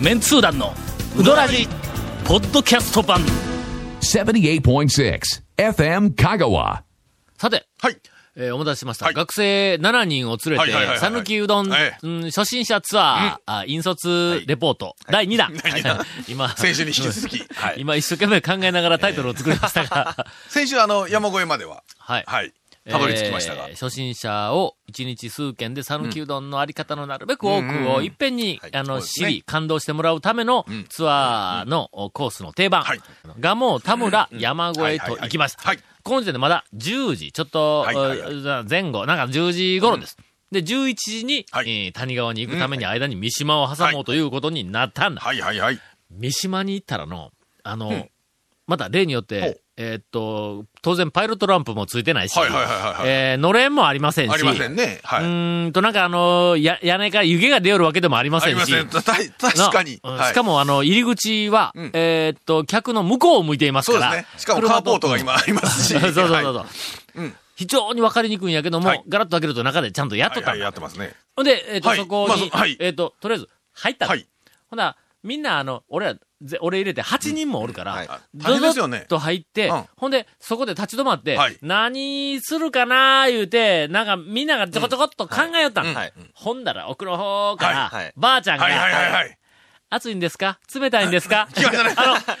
メンツー団のウドラジポッドキャスト版78.6 FM Kagawa. さて、はい。えーお待たせしました。はい学生7人を連れはいはいはいはて、いさぬきうどん、えうん初心者ツアー、あ引率レポート、第2弾。 第二弾 今、先週に引き続 き。はい。今一生懸命考えながらタイトルを作りましたが、先週、あの、山越えまでは、はい。はい。たどり着きましたがえー。 初心者を一日数件で讃岐うどんのあり方のなるべく多くをいっぺんに、はいあの、そうです知ねり、感動してもらうためのツアーのコースの定番、はい蒲生田村山越えと行きました。はいはいはいこの時点でまだ10時、ちょっと、はいはいはい前後、なんか10時頃です。で、11時に、はいえー谷川に行くために間に三島を挟もうということになったんだ。はいはいはい。三島に行ったらの、あの、また例によって、えーっと、当然パイロットランプもついてないし、はいはいはいはいえーのれんもありませんし、ありませんね。うはい。ーんと、なんかあの、や、屋根から湯気が出よるわけでもありまあせりんまし、せん。たた確かに。なうんはいしかも、あの、入り口は、うんえーっと、客の向こうを向いていますそうかでら。すね。しかも、カーポート車とが今あります し。そうそうそうそう。はいうん非常にわかりにくいんやけども、はいガラッと開けると中でちゃんとやっとったんだはいはいやってますね。ほんで、えっ、と、はいそこに、まあそはいえっ、と、とりあえず、入ったの。はいほな、みんな、あの、俺ら、ぜ俺入れて8人もおるから、はいあど大変ですぞよっねと入って、うんほんで、そこで立ち止まって、はい何するかなー言うて、なんかみんながちょこちょこっと考えよったの、うんはいほんだら、奥の方から、はいはいばあちゃんが、はいはいはいはい。暑いんですか冷たいんですか 来ましたねあの、映画の、来ましたね来ましたね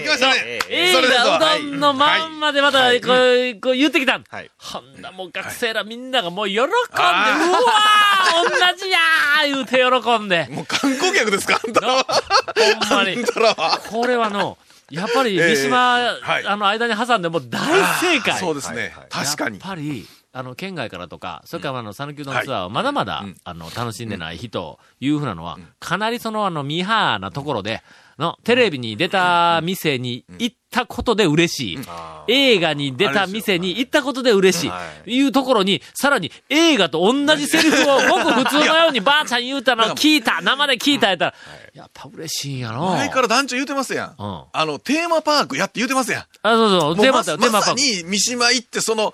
来ましたね映それですわ画うどんのまんまでまた、こう、こう言ってきた。はいほんだ、もう学生らみんながもう喜んで、うわあーー同じやー言うて喜んで。 もう観光客ですかあん たならは。ほんまあんに。たらは。これは の、やっぱり三島、ええはいあの間に挟んでもう大正解。そうですねはい。確かにや。っぱり、あの、県外からとか、それからあの、讃岐うどんツアーをまだまだ、あの、楽しんでない人、というふうなのは、かなりその、あの、ミーハーなところで、の、テレビに出た店に行ったことで嬉しい。映画に出た店に行ったことで嬉しい。いうところに、さらに映画と同じセリフをごく普通のようにばあちゃん言うたのを聞いた、生で聞いたやったら、やっぱ嬉しいんやろ。前から団長言うてますやん。うんあの、テーマパークやって言うてますやん。あ、そうそう、もうテーまマださよ、テーマまパさークに三島行って、その、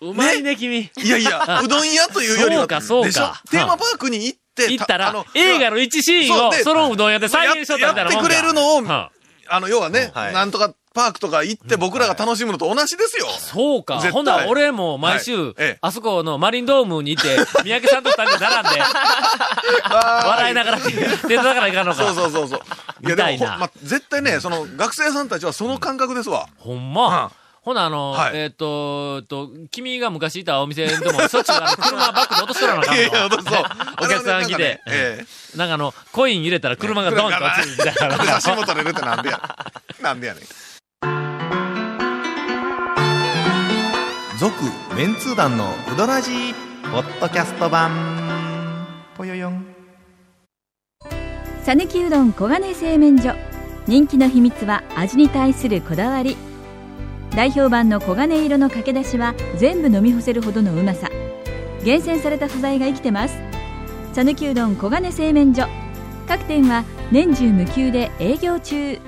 うまいね、君。いや いや、うどん屋というよりは、そうかそうかでしょはテーマパークに行って、行ったあらの、映画の一シーンを、そうでそのうどん屋で再現しとったみたいなもんだやってくれるのをはああの、要はね、はいなんとかパークとか行って僕らが楽しむのと同じですよ。そうか。絶対ほんなら俺も毎は週いええ、あそこのマリンドームに行って、 三宅さんと二人で並んで、 笑いなが ら、出たからいかんのそうか。そうそうそう。いみたいなほんま、絶対ね、その、学生さんたちはその感覚ですわ。ほんうんま。ほな、あのは、いえっと、えっと、君が昔いたお店でも、 しょっちゅうあの車バックで落としとらなあかんいやいや、の。そうそう。 お客さん来てあのねなんかねえなんかあの、コイン入れたら車がドンと落ちるみたいえな。写真も撮れるってなんでや。なんでやねん。続メンツー団のウドラジーポッドキャスト版ぽよよんさぬきうどん黄金製麺所人気の秘密は味に対するこだわり代表版の黄金色のかけだしは全部飲み干せるほどのうまさ厳選された素材が生きてます「さぬきうどん黄金製麺所」各店は年中無休で営業中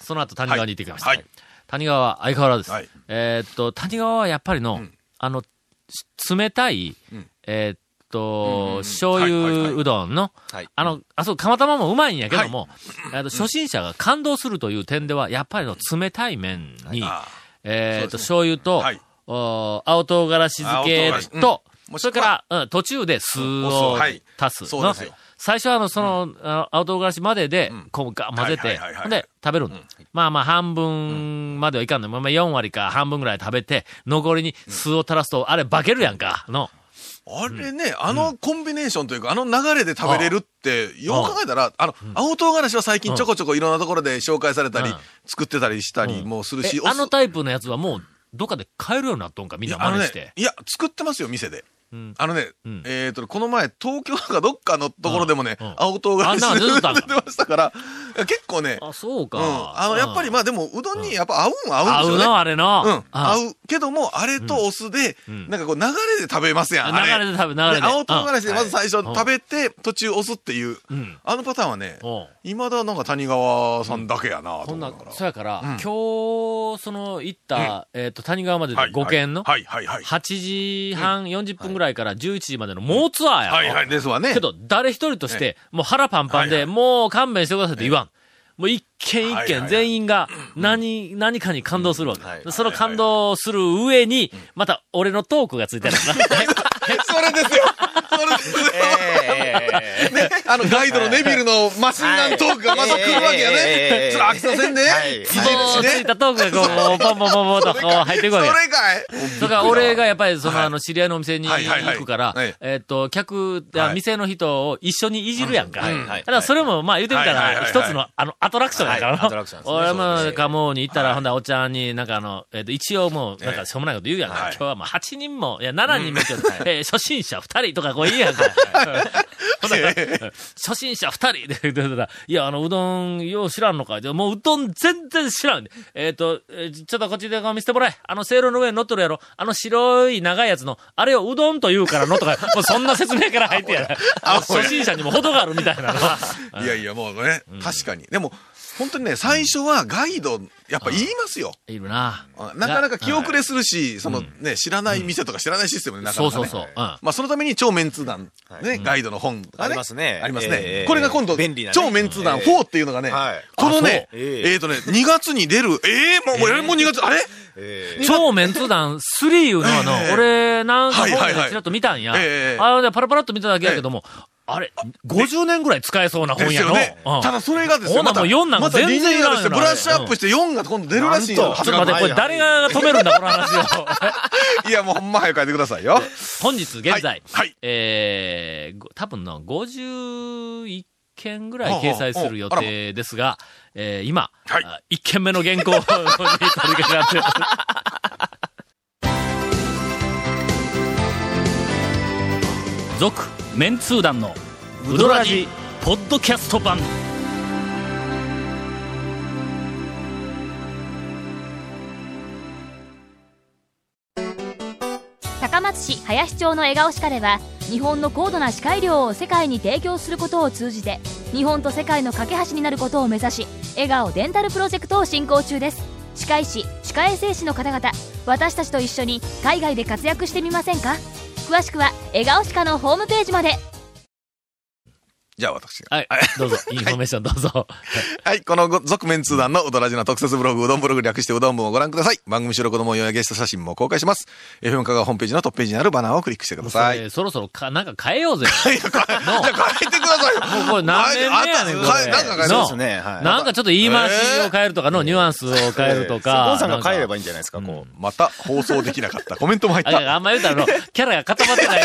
その後谷川に行ってきました。はいはい谷川は相変わらずです。はいえーっと、谷川はやっぱりの、んあの、し冷たい、うんえーっうんうんと、うん醤はいはいはい油うどんの、はいあの、あ、そう、釜玉もうまいんやけども、 えーっと初心者が感動するという点では、やっぱりの冷たい麺に、あえーっと、そうです醤油と、はいお青唐辛子漬け青唐辛子うんと、もしくそはれから、うん、途中で酢お酢ををはい足すそうのですよ最初はあの、その、あの青唐辛子まででん、こう、が混ぜはていはいはいはい、ほんで、食べるの。まあまあ、半分まではいかんの。まあまあ、4割か半分ぐらい食べて、残りに酢を垂らすと、あれ、化けるやんか、の。あれね、あのコンビネーションというか、あの流れで食べれるって、よく考えたら、あの、青唐辛子は最近ちょこちょこいろんなところで紹介されたりうん、作ってたりしたりもするしえ、おあ酢のタイプのやつはもう、どっかで買えるようになっとんか、みんいなや、あの真似してね。、いや、作ってますよ、店で。うんあのね、うんえっ、と、この前、東京かどっかのところでもね、うんうん青唐辛あんなの出てたん子出だてましたから、結構ね、あ、そううか。ん、あの、やっぱり、まあでも、うどんにやっぱ合うんは合合うんうですよの、ね。あれの。うん、あ合う。けども、あれとお酢で、うんなんかこう、流れで食べますやん。あれ流れで食べ、流れでで。青唐子。辛子でまず最初うん食べて、途中お酢っていう、うん。あのパターンはね、おういまだなんか谷川さんだけやなとこん思なうから、そやから、うん今日、その、行った、えっ、と、谷川までではい5軒の、はいはいはい。 8時半40分ぐらいから11時までの猛ツアーやろ。はいはい、ですわね。けど、誰一人として、もう腹パンパンはいで、はいもう勘弁してくださいって言わん。もう一軒は一いはい軒はい全員が何、何かに感動するわうんはいけ。その感動する上に、また俺のトークがついてる から。それ ですよ。それですよ。ね、あの、ガイドのネビルのマシンガントークがまた来るわけやはいね。それ飽きさせんね。はいズボンついたトークがこう、ポンポンポンポンとこう入っていくそわけれよ。かいだから俺がやっぱりそのはいあの知り合いのお店にはいはいはい行くからはい、えっと、客、はい店の人を一緒にいじるやんか。はいはいはいだからそれもまあ言うてみたはいらは、い一はいつのあのアトラクションやかはいアトラらクション。ですね俺そうでもすカモに行ったら、ほんならおっちゃんになんかあの、えっと、一応もうなんえかえしょうもないこと言うやんか。はい今日はもう8人も、いや7人もけど、えー初心者2人とかこう言うやんか。ほんなら初心者二人で、でででいや、あの、うどん、よう知らんのか。でもう、うどん全然知らん。えっ、と、えーちょっとこっちで顔見せてもらえ。あの、せいろの上に乗っとるやろ。あの白い長いやつの、あれをうどんと言うからのとか、もうそんな説明から入ってやる。初心者にも程があるみたいなの。いやいや、もうね、確かに。でも、本当にね、最初はガイド、やっぱ言いますよ。いるな。なかなか気遅れするし、そのね、知らない店とか知らないシステムでなかそなうかそうね。そう。うん。まあ、そのために超メンツ団、ね、ガイドの本がありますねありますえねえ。これが今度、便利なね超メンツ団4っていうのがねはい、このね、あそうえええっとね、2月に出る、ええ、もう、もうもう2月、あれえ超メンツ団3いうのはの、俺、なんか本はいはいではいちらっと見たんや。ええあのね、パラパラっと見ただけやけども、あれ、50年ぐらい使えそうなで本すやよの。ね。うんただそれがですほよ、んならまもた、う四なんかまたリニューアルして、全然いらんよなブラッシュアップして4が今度出るらしいよ。ちょっと待って、これ誰が止めるんだ、この話を。 いや、もうほんま早く帰ってくださいよ。本日現在、はいえーご多分の51件ぐらい掲載する予定ですが、えー今、はいあ1件目の原 稿に取り掛か って、続メンツー団のウドラジポッドキャスト版高松市林町の笑顔歯科では日本の高度な歯科医療を世界に提供することを通じて日本と世界の架け橋になることを目指し笑顔デンタルプロジェクトを進行中です歯科医師歯科衛生士の方々私たちと一緒に海外で活躍してみませんか詳しくは笑顔歯科のホームページまでじゃあ私が。はい、どうぞ、インフォメーションどうぞ。はい、このご続面通談のうどらじの特設ブログ、うどんブログ略してうどん部をご覧ください。番組収録の模様やゲスト写真も公開します。FM 香川ホームページのトップページにあるバナーをクリックしてください。いそろそろか、なんか変えようぜ。やかじゃあ帰ってくださいよ。もうこれ何年目やねん、こ帰れ。なんか帰そるうのですねはいなんかちょっと言い回しを変えるとかの、ニュアンスを変えるとか。ゴンさんが帰ればばいいんじゃないですか、こまた放送できなかった。コメントも入っあいやた。あんま言うたらあの、キャラが固まって ない。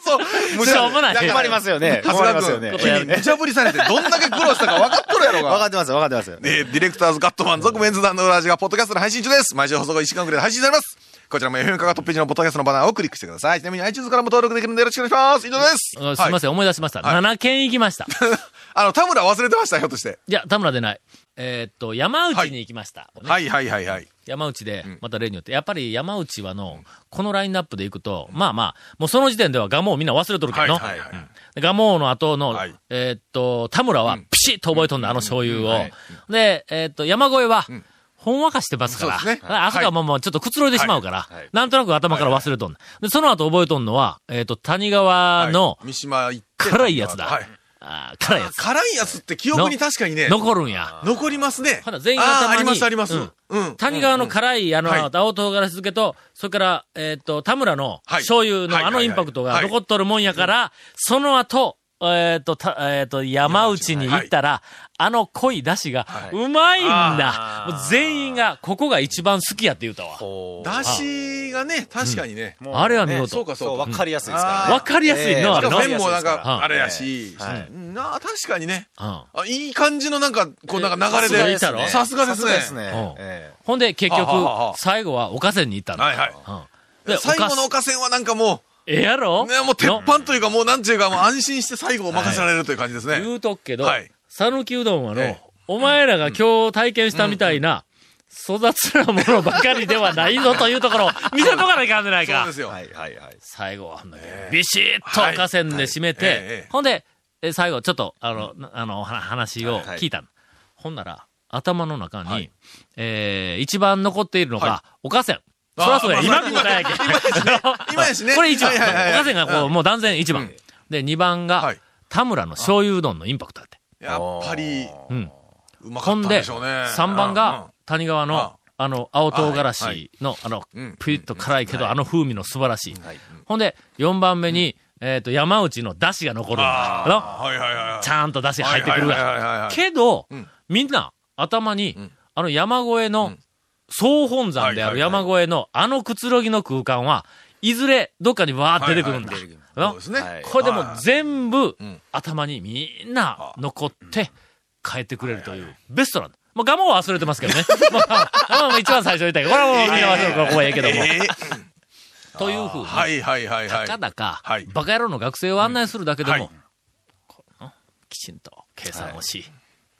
そう、しょうもないうん困りますよね困長り谷ますよ川ね困君、りますよね君、無茶ぶりされてどんだけ苦労したか分かっとるやろ分が。かってます分かってますよえーディレクターズカットマン続メンズ団の裏味がポッドキャストで配信中です。毎週放送後1時間くらいで配信されます。こちらも FM カがトップページのポッドキャストのバナーをクリックしてください。ちなみに iTunes からも登録できるのでよろしくお願いします。以上です。うんすいません、思い出しました。7件行きま した。あの、田村忘れてました、ひょっとして。いや、田村でない。えーっと、山内に行きました。ねはいはいはいはい。山内で、また例によって、やっぱり山内はの、このラインナップで行くと、まあまあ、もうその時点ではガモをみんな忘れとるけどの、はいはいはいうんでガモの後の、はいえーっと、田村はピシッと覚えとんだ、あの醤油を。うんはいで、えーっと、山越えは、ほんわかしてますから。そうですねあそこはもうもうちょっとくつろいでしまうから、はいはいなんとなく頭から忘れとんだ。で、その後覚えとんのは、えーっと、谷川のはい、三島行って。辛いやつだ。はい。あー辛いやつ。辛いやつって記憶に確かにね、残るんや。残りますね。ほな全員があーあ頭りにますあります。ううんん。谷川の辛い、あの、はい青唐辛子漬けと、それから、えっ、と、田村のはい醤油はいのあのインパクトがはい残っとるもんやから、その後、えっ、と、たえっ、と、山内に行ったら、あの濃い出汁が、うまいんだ、もう全員が、ここが一番好きやって言うたわ。うだしがね、確かにね。もうあれは見ね事。そうかそうか分かりやすいですからわかりやすいのはあれしかのもええ麺もなんうんか、あれやし。はいうんなあ、確かにね。うんあいい感じのなんか、こうなんか流れえで。えさすがですねさすがでさすすがねで。すねうんええほんで、結局はあはあは、あ最後はおかせに行ったの。はいはい。うんで、最後のおおかかせんはなんかもええやろう、ね、もう鉄の板というか、もうなんちゅうか、もう安心して最後を任せられるという感じですね。言うとっけどはい、讃岐うどんはの、ええお前らが今日体験したみたいな、粗雑なものばかりではないぞというとこ ろを見せとかないかんじゃないそうかで。すよ。はいはいはい最後はあんだけビシッと河川で締めはいはいええてええ、ほんで、え最後ちょっと、あの、なあの、は話を聞いたの。ほんなら、頭の中に、えー一番残っているのが、おかせん。そらそうや。あ今の答えやけん。今や しねこれ1番。はいはいはいはい岡瀬がこう、もう断然1う番ん。で、2番はがい、田村の醤油うどんのインパクトだって。やっぱり、うん。うまかほっんたんでで、しょうね。 3番が、谷川うのん、あの、青唐辛は子の、あのうん、ピリッと辛いけど、あの風味の素晴らしいはい。ほんで、4番目に、えっと、山内の出汁が残るんだ。あああ、はいはいはい。のちゃんと出汁入ってくるはいはいはいはいわは。いけどうん、みんな、頭にん、あの山越えうのん、総本山であるはいはいは山い越えの、あのくつろぎの空間は、いずれ、どっかにわーって出てくるんだはいは。なそうですね。はいこれでもうはい全部うん頭にみんな残って帰ってくれるというベストなんだ。もう我慢は忘れてますけどね。 もう我慢も一番最初に言 ったけど、これはもう見逃しのここはええけども。ええというふうに、はいはいはいはい。たかだかはい、バカ野郎の学生を案内するだけでうんもは、このきちんと計算をし、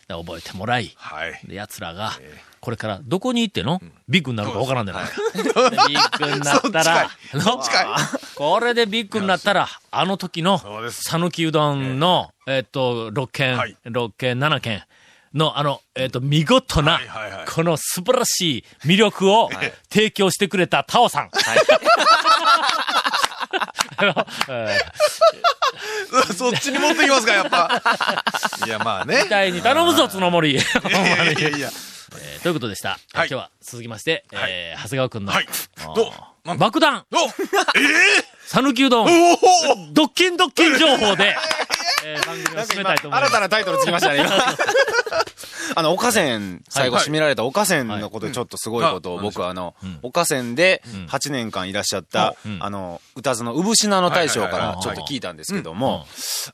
で覚えてもらい、 はい。で、奴らが、これからどこに行っての、ビッグになるか分からんじゃないか。ビッグになった ら、の近いこれでビッグになったら、あの時のそう、です讃岐うどんの、えっと、6軒はい、 6軒、7軒の、あの、えっと、見事なはいはいはい、この素晴らしい魅力を提供してくれたタオさん。 あのえーそっちに持ってきますか、やっ ぱ。いや、まあね。期待に頼むぞ、つの森。いやいやいや。 えーということでした。は今い日は続きまして、えー長谷川くんの、はいあーどなんだ爆弾、お讃岐うどん、おおドッキンドッキン情報で、えー番組を締めたいと思いま新すた。なタイトルつきました ね、今あの、岡線、最後はい締められた岡線のことでちょっとすごいことを、はい僕あのん、岡線で8年間いらっしゃった、あの、歌津の産品の大将はかいはいらはいちょっと聞いたんですけども、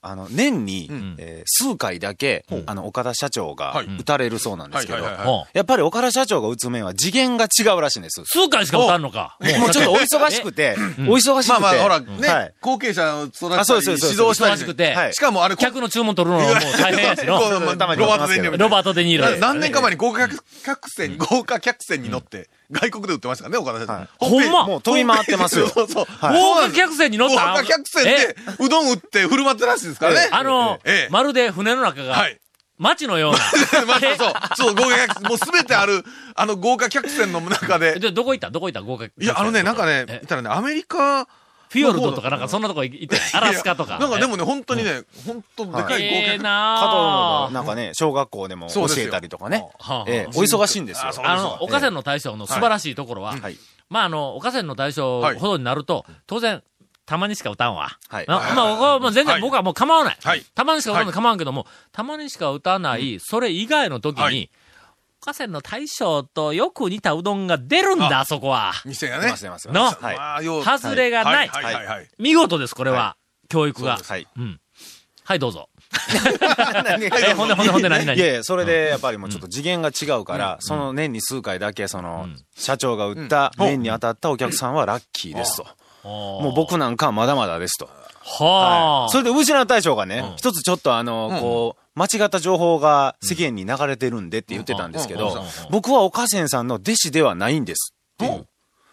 あの、年にん、えー数回だけ、あの、岡田社長がはい打たれるそうなんですけど、はいはいはいもうやっぱり岡田社長が打つ面は次元が違うらしいんです。数回しか打たんのか。もうち ょっとお忙しくて、お忙しくて。まあまあ、ほら、はねい、後継者を育てたあそうでり、すそう指導ですした忙りしくて、はいしかもあれ、客の注文取るのはも う大変やしの。こうたまにロバート・デニーロみロたいなバート・デ・ニーロや何年か前に豪華客船、豪華客船に乗って、外国で売ってましたからね、岡田さん。ほんまもう飛び回ってますよ。そうそう。豪豪華客船に乗った華客船で、うどん売って振る舞ってらしいですからね。あの、ええまるで船の中はがい。 街のような。まあ、そう、そう、豪華客船、もうすべてある、あの豪華客船の中え で。で、どこ行ったどこ行った豪華客船いや、あのね、なんかね、え見たらね、アメリカ、フィヨルドとかなんかそんなとこ行って、アラスカとか。いやなんかでもね、本当にね、本当でかい豪華ええ客な加あ藤のなんかね、小学校でもそ教うですよえたりとかね。はあええお忙しいんですよあ。そうあの、岡線の大将の素晴らしいところは、はい。まあ、あの、岡線の大将ほどになると、当然、たまにしか歌うんわ。はいなまあ、僕はもう全は然い僕はもう構わない。はいたまにしか歌うの構わんけども、たまにしか歌わない、それ以外の時はにい、岡線の大将とよく似たうどんが出るんだ、あそこは。店が出ねま。す出ます。のはい。ああ、よう。外れがない。はい、はい、はいはい。見事です、これは。教育が。はい。うん。はい、どうぞ。何 がえ、ほんでほんでほんで何々い。やいや、それでやっぱりもうちょっと次元が違うから、その年に数回だけ、その、社長が売った、年に当たったお客さんはラッキーですと。ももう僕なんかはまだまだですと。はあ。それで、ウジナ大将がねん、一つちょっとあの、こう、間違った情報が世間に流れてるんでって言ってたんですけうんうんどうん、僕は岡千さんの弟子ではないんですっていう。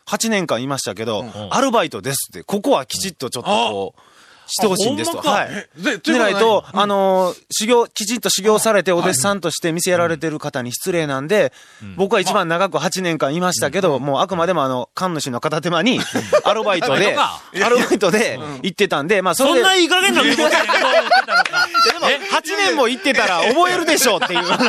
8年間いましたけど、アルバイトですって、ここはきちっとちょっとこう、してほしいんですと。あほんまはかい。えで、とでいうないこととは、あのー、修行、きちんと修行されてお弟子さんとして店やられてる方に失礼なんで、僕は一番長く8年間いましたけど、もうあくまでもあの、神主の片手間に、アルバイト アルバイで、トかアルバイトで行ってたんで、まあそそれんでな、いい加減なこと言ってたのか。でも8年も行ってたら覚えるでしょうっ ていう、そのい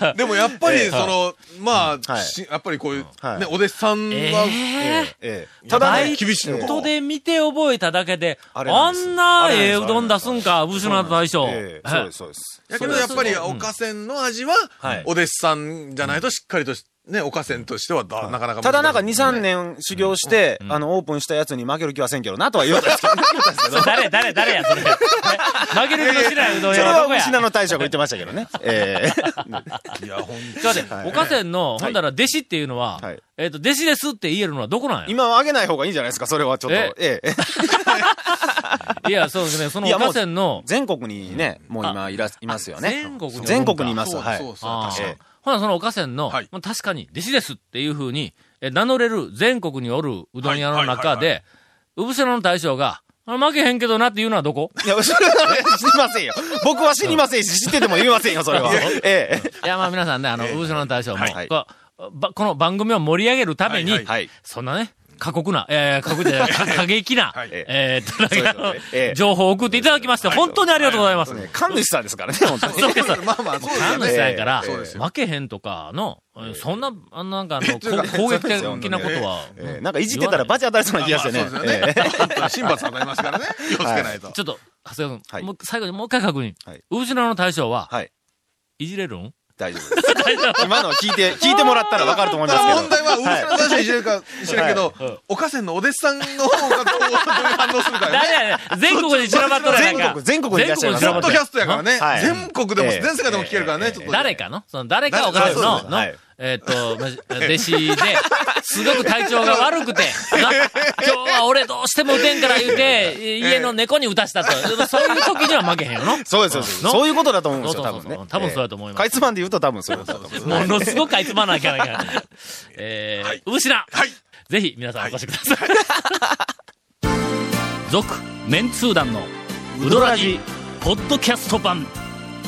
や、でもやっぱり、その、まあ、はいしやっぱりこういう、ねはい、お弟子さん えは、え。ええただバイね、厳しいのえかえ人で見て覚えただけで、ああれなんですんなええうどん出すんか、武士の大将。ええそうです、そうです。やけど、やっぱり、おかせんの味ははい、お弟子さんじゃないと、しっかりとし、ね、おかせんとしてはだ、なかなか難しい。ただなんか2、3ね年修行して、あの、オープンしたやつに負ける気はせんけどなとは言われたんです けど、 それ誰、誰、誰や、それ。負ける気のしないうどんそ屋れははどこや。牛ち名ょっの大将が言ってましたけ どね。ええ。いや、ほんとと待って、おかせんの、ほんだら弟子っていうのははい、えっと、弟子ですって言えるのはどこなんや今は上げない方がいいんじゃないですか、それはちょっと。えええ。いや、そうですね、そのいおやもうかせんの、全国にね、もう今いら、いますよね。全国に全国にいます。そうはい。そうそうあ確あかにええほな、そのおかせんの、はいまあ確かに弟子ですっていうふうに、え名乗れる全国におるうどん屋のは中いはいはいで、うぶせの大将が、あ負けへんけどなっていうのはどこいや、知りませんよ。僕は知りませんし、知ってても言えませんよ、それは。ええ。いや、まあ皆さんね、あの、ウーショナ大将も、はいこうばこの番組を盛り上げるために、はい はいはいそんなね、過酷な、えー、過酷で、か過激な、はいえーっそうと、なでんすかよねええ情報を送っていただきまして、本当にありがとうございます。神主さんです からね、本当に。そうです。まあまあ、そうですよ神主ね。さんやから、そうですよ負けへんとかの、そんな、あのなんかあの、というかこ攻撃的なことは、えうえんなんかいじってたらバチ当たりそうな気がしてね。まあまあそうですよね。本当に神罰当たりますからね。気をつけないと。ちょっと、長谷川君、はいもう最後にもう一回確認。はい後ろの大将は、はい。いじれるん 大丈夫です。今のを聞いて、聞いてもらったらわかると思いたますけだど。問題は、ウルスラ大将いじれるか、いじれるけど、おかせんのお弟子さんの方がどうどういう反応するかよね だ。いやいや全国に散らばっとるやない全か。国、全国にいらっしゃいます。全ポ国に散らばっッドとるキャストやからねは。い全国でも、ええ全世界でも聞けるからね、ちょっと。誰かのその誰かをか誰るかの、そうですの、ねはいえーっと、まじ弟子で、すごく体調が悪くて、 な今日は俺どうしても打てんから言うて、家の猫に打たしたと。そういう時には負けへんよの。そうです、そうです。そういうことだと思うんですよ、そ多うそうそう分そうね。多分そうだと思いますええかいつまんで言うと多分そういうことだと思います。 ものすごくあいつまなきゃいけ ないから。えー、うぶしなはい。ぜひ皆さんお越しください。 続、メンツー団のウドラジ、ポッドキャスト版。